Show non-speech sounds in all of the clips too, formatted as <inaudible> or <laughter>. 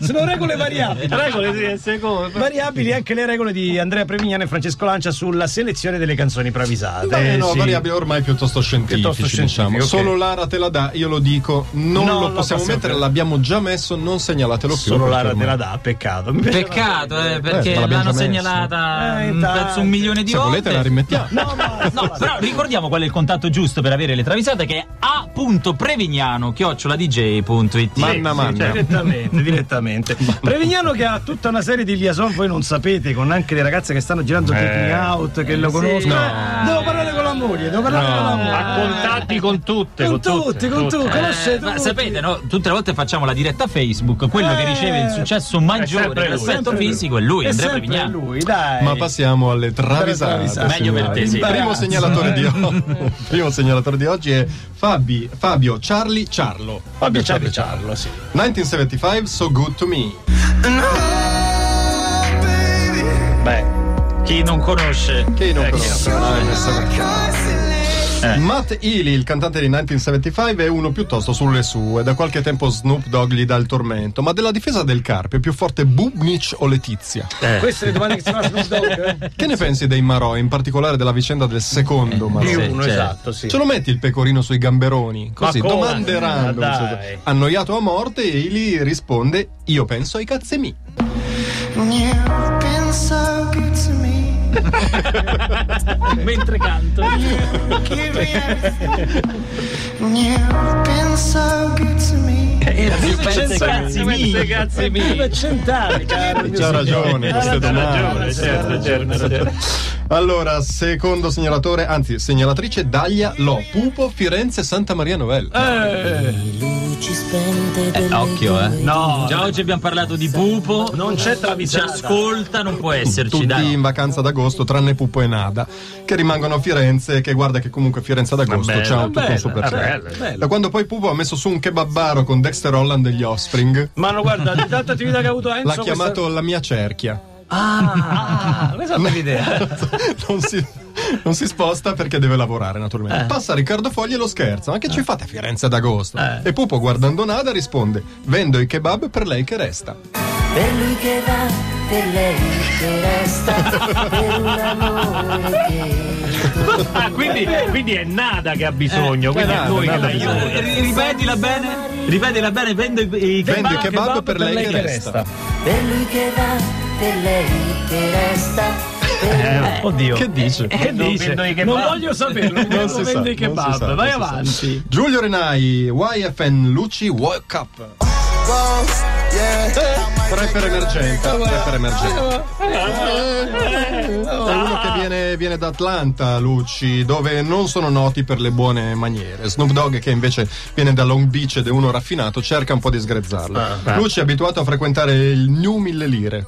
Sono regole variabili. Regole sì, è secondo. Eh, Variabili anche le regole di Andrea Premignano e Francesco Lancia sulla selezione delle canzoni travisate. Beh, no, Sì. variabili ormai piuttosto scientifici, Piuttosto scientifiche, diciamo. ok. Solo Lara te la dà, io lo dico, No, non lo lo possiamo possiamo mettere, fare. l'abbiamo già messo, non segnalatelo più. Solo perché Lara te ormai- la dà, peccato. Mi piaceva Peccato, tanto. eh, perché ma l'abbiamo l'hanno già messo. segnalata Eh, un intanto. pezzo un milione di Se volte. volete la rimettiamo. No, no, No, però ricordiamo qual è il contatto giusto per avere le travisate che è a.prevignano chioccioladj.it. Manna, manna. certo. Direttamente, direttamente. Prevignano che ha tutta una serie di liaison, voi non sapete, con anche le ragazze che stanno girando Taking Out, che lo conoscono. Eh. No. Devo parlare con la moglie, devo parlare con la moglie. Eh, Ha contatti con tutte. con, tutti, con tutti, Eh, conoscete ma tutti. sapete, no? Tutte le volte facciamo la diretta Facebook. Quello che Eh, riceve il successo maggiore sempre per lui. aspetto Sempre fisico è lui, È Andrea sempre Prevignano. lui, dai. Ma passiamo alle travisate. travisate. Meglio per te, sì. Il primo segnalatore, <laughs> di oggi, il primo segnalatore di oggi è Fabi, Fabio Charlie Charlo. Fabio Ciarlo, Ciarlo, diciamo sì. 1975, So Good to Me. Chi non conosce? eh, Che non Ah, conosco. non è messa- Matt Healy, il cantante di 1975, è uno piuttosto sulle sue. Da qualche tempo Snoop Dogg gli dà il tormento. Ma della difesa del carpio è più forte Bubnic o <laughs> Letizia? Eh. Queste le domande che si fanno sul dog, eh? Che ne pensi dei Marò, in particolare della vicenda del secondo Marò? Più sì, uno, certo. esatto, sì. Ce lo metti il pecorino sui gamberoni? Così, come? domande Ma random. dai. Annoiato a morte, Eli risponde: Io penso ai cazzemi. You've been so good to me. Mentre canto. Give me everything. You've been so good to me. Cazzi miei. Deve Grazie mille. cent'anni, caro. C'ha ragione, Eh, queste domande. Ragione, certo, certo, certo. Allora, secondo segnalatore, anzi, segnalatrice Dalia Lo, Pupo, Firenze, Santa Maria Eh, Novella. Luci spente Eh, delle occhio, eh. No, Già oggi abbiamo parlato di pupo. non c'è Ci travisata. ascolta, non può esserci, Tutti in dai. vacanza d'agosto, tranne Pupo e Nada, che rimangono a Firenze. Che guarda che comunque Firenze ad agosto bella, c'ha tutto bella, un suo perché. bella, bella. Da quando poi Pupo ha messo su un kebabbaro con Dexter Holland degli Offspring, Ma no, guarda, di tanta attività che ha avuto Enzo l'ha chiamato la mia cerchia. questa- Ah, Questa è una bella idea. <laughs> non, si, non si sposta perché deve lavorare, naturalmente. Passa Riccardo Fogli e lo scherza. Ma che ci fate a Firenze ad agosto? E Pupo, guardando Nada, risponde: Vendo i kebab per lei che resta. Per lui che va, per lei che resta, per un amore che... Ah, quindi, quindi è Nada che ha bisogno, quindi Nada, è noi che Nada la bisogna. aiuta. Eh, Ripetila bene, ripetila bene, vendo i, i Vendo i kebab, kebab per lei che resta. Per lui che va, per lei che resta, per un Oddio. Eh, Che dice? Che non dice? vendo i kebab. Non voglio saperlo, non Non si sa, vendo i non si kebab. sa, Vai non si sa. avanti. Giulio Renai, YFN Luci World Cup. Tre per emergenza, tre per emergenza. È uno che viene, viene da Atlanta, Luci, dove non sono noti per le buone maniere. Snoop Dogg, che invece viene da Long Beach ed è uno raffinato, cerca un po' di sgrezzarlo. Luci è abituato a frequentare il New Mille Lire.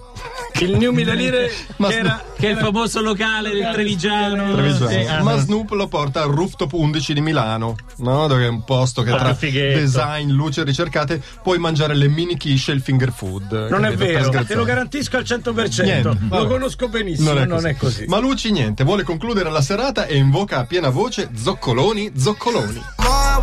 Il New Mille Lire Ma che era... Che è il famoso locale del Trevigiano. Trevigiano. Sì, ah, Ma Snoop lo porta al rooftop 11 di Milano, no? Dove è un posto che Ah, tra fighetto. design, luce ricercate puoi mangiare le mini quiche e il finger food. Non è capito? Per vero, te sgraziare. lo garantisco al 100%. Niente, vabbè. Lo conosco benissimo, non è così. Ma Luci niente, vuole concludere la serata e invoca a piena voce Zoccoloni, Zoccoloni. Boy, I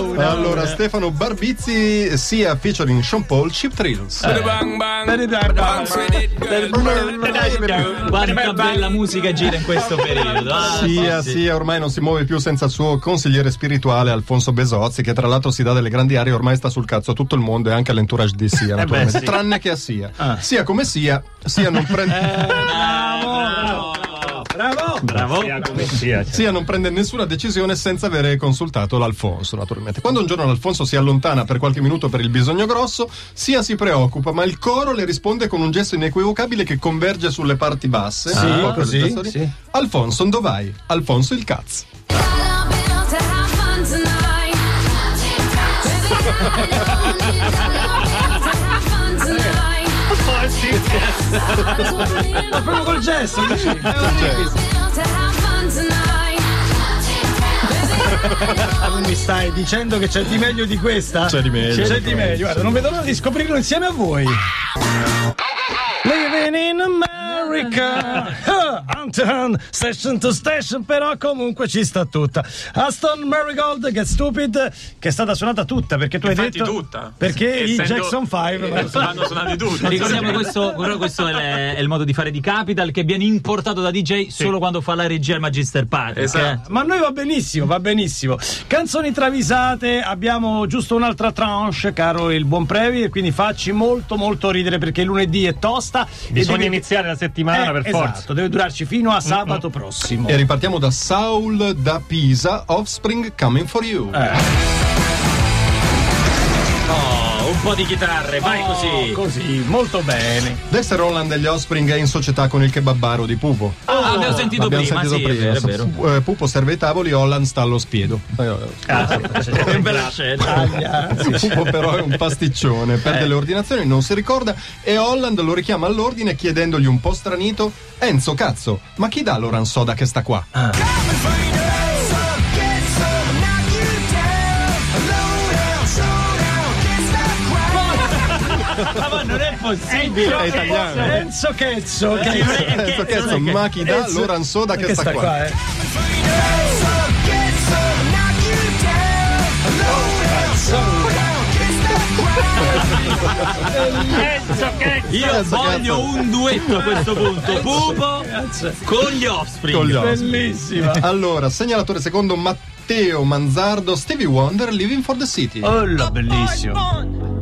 una. Allora, Stefano Barbizzi, sia featuring Sean Paul, Chip Trills. Quanta bella musica gira in questo periodo. Ah, Sia, sia, ormai non si muove più senza il suo consigliere spirituale Alfonso Besozzi, che tra l'altro si dà delle grandi arie, ormai sta sul cazzo a tutto il mondo e anche all'entourage di <laughs> Eh Sia, naturalmente. sì. Tranne che a Sia. Ah. Sia come sia, Sia <laughs> non Eh, <laughs> prende. certo. Bravo. Bravo! Bravo. Sia come sia. cioè. Sia non prende nessuna decisione senza aver consultato l'Alfonso, naturalmente. Quando un giorno l'Alfonso si allontana per qualche minuto per il bisogno grosso, Sia si preoccupa, ma il coro le risponde con un gesto inequivocabile che converge sulle parti basse. Sì, un po' per così, il testo lì. sì. Alfonso, dove vai? Alfonso il cazzo. Oh, sì, sì. Ma proprio col gesto, dici? Cioè, Tu Ah, mi stai dicendo che c'è di meglio di questa? C'è di meglio. C'è di meglio, guarda, non vedo l'ora di scoprirlo insieme a voi. Living in America. Ah, Anton, station to station, però comunque ci sta tutta. Aston Marigold Get Stupid, che è stata suonata tutta perché tu hai Infatti detto. tutta. Perché i Essendo- Jackson 5 Eh, vanno suonati tutti. Ricordiamo questo, però questo è, le- è il modo di fare di Capital che viene importato da DJ solo quando fa la regia al Magister Party. Esatto. Ma a noi va benissimo, va benissimo. Canzoni travisate, abbiamo giusto un'altra tranche, caro il buon Previ, e quindi facci molto molto ridere perché lunedì è tosta. Bisogna e devi- iniziare la settimana Eh, per esatto, forza. deve durarci fino a sabato prossimo. E ripartiamo da Saul da Pisa, Offspring Coming For You. Eh. Oh, un po' di chitarre, Oh, vai così. Così, molto bene. Dexter Holland degli Offspring è in società con il kebabbaro di Pupo. Ah, abbiamo sentito L'abbiamo prima, sentito sì, è prima. vero, è vero. Eh, Pupo serve i tavoli, Holland sta allo spiedo. È una bella scelta. Pupo però è un pasticcione, perde Eh. le ordinazioni, non si ricorda e Holland lo richiama all'ordine chiedendogli un po' stranito Enzo cazzo, ma chi dà l'oran soda che sta qua? Ah. Ma non è possibile. È italiano. eh, Enzo Chezzo, che Eh, non è- <laughs> Enzo cazzo, ma chi dà l'oran soda che, sta, qua? eh. Enzo che Io Cazzo, voglio cazzo. un duetto a questo punto. Pupo Cazzo. con gli Offspring. Con gli Offspring. Bellissima. Eh, Allora, segnalatore secondo Matteo Manzardo, Stevie Wonder, Living for the City. Olla, bellissimo.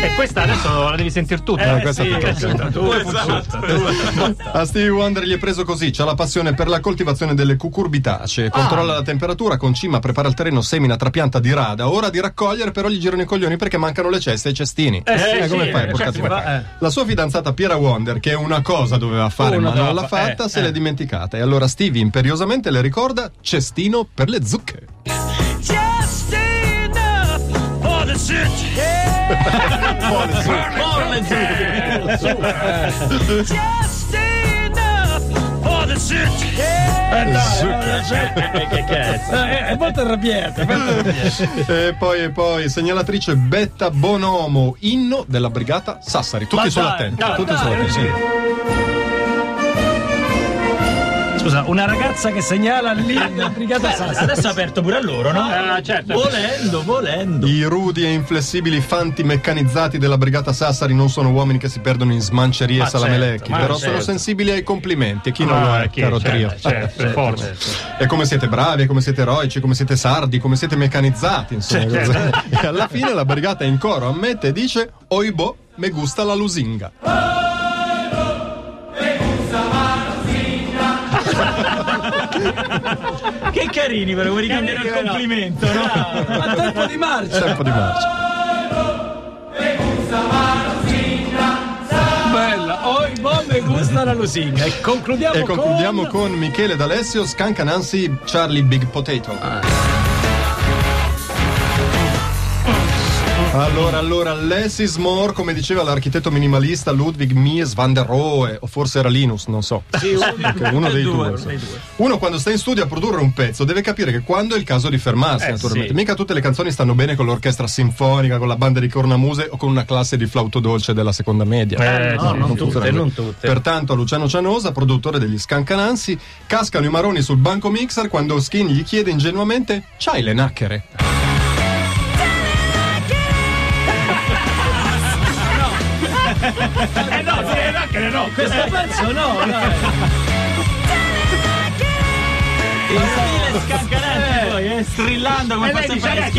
E questa adesso la devi sentire tutta. Eh, questa sì, <laughs> tutta. esatto. tutta, tu tutta. A Stevie Wonder gli è preso così, c'ha la passione per la coltivazione delle cucurbitacee, controlla la temperatura, concima, prepara il terreno, semina, trapianta, dirada, ora di raccogliere però gli girano i coglioni perché mancano le ceste e i cestini. Eh, sì, come sì, fai a eh, portarti cazzo, fuori? ma, eh. La sua fidanzata Piera Wonder, che una cosa doveva fare Una ma non doveva l'ha fa- fatta, eh, se l'è dimenticata e allora Stevie imperiosamente le ricorda cestino per le zucche. Porle zucche. Che cazzo. Eh, è molto arrabbiata. E poi, e poi, segnalatrice Betta Bonomo, inno della brigata Sassari. Tutti Ma sono dai, attenti. dai, tutti dai, sono attenti. sì. Scusa, una ragazza che segnala lì la brigata Sassari. Adesso è aperto pure a loro, no? Ah, certo. Volendo, volendo. I rudi e inflessibili fanti meccanizzati della brigata Sassari non sono uomini che si perdono in smancerie e certo, salamelecchi, ma però sono certo. sensibili ai complimenti. Chi non lo Ah, è, chi- caro certo, trio? certo, per forza. <laughs> E come siete bravi, come siete eroici, come siete sardi, come siete meccanizzati, insomma. cose. certo. <laughs> E alla fine la brigata in coro ammette e dice: Oibo, me gusta la lusinga. Che carini, però Eh, vuoi ricambiare il complimento, no? A tempo di marcia. Tempo di marcia. Bella. Oi, bombe gusta la lusinga. E concludiamo, E concludiamo con... con Michele D'Alessio, Scanca Nancy, Charlie Big Potato. Allora, allora, less is more, come diceva l'architetto minimalista Ludwig Mies van der Rohe, o forse era Linus, non so. Perché uno dei due. insomma. Uno quando sta in studio a produrre un pezzo deve capire che quando è il caso di fermarsi, naturalmente. sì. Mica tutte le canzoni stanno bene con l'orchestra sinfonica, con la banda di cornamuse o con una classe di flauto dolce della seconda media. Eh, no, non tutte, funziona così. non tutte. Pertanto a Luciano Cianosa, produttore degli Scancanansi, cascano i maroni sul banco mixer quando Skin gli chiede ingenuamente «C'hai le nacchere?» Eh no, sì, eh, no, che ne no. Questo pezzo no, no. Il stile scancanante poi, eh, strillando come E lei fa dice, sempre adesso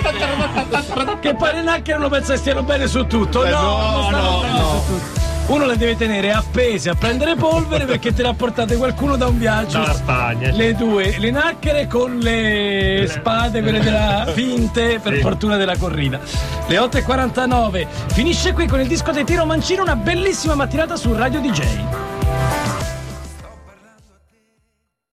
Skinny. qui. Che pare neanche non lo penso che stiano bene su tutto. Eh, no, no, non stanno no, bene no. su tutto. Uno le deve tenere appese a prendere <laughs> polvere perché te le ha portate qualcuno da un viaggio. Dalla Spagna. Le due, le nacchere con le spade, quelle <laughs> della finte, per fortuna della corrida. Le 8.49. Finisce qui con il disco dei Tiro Mancino, una bellissima mattinata su Radio DJ.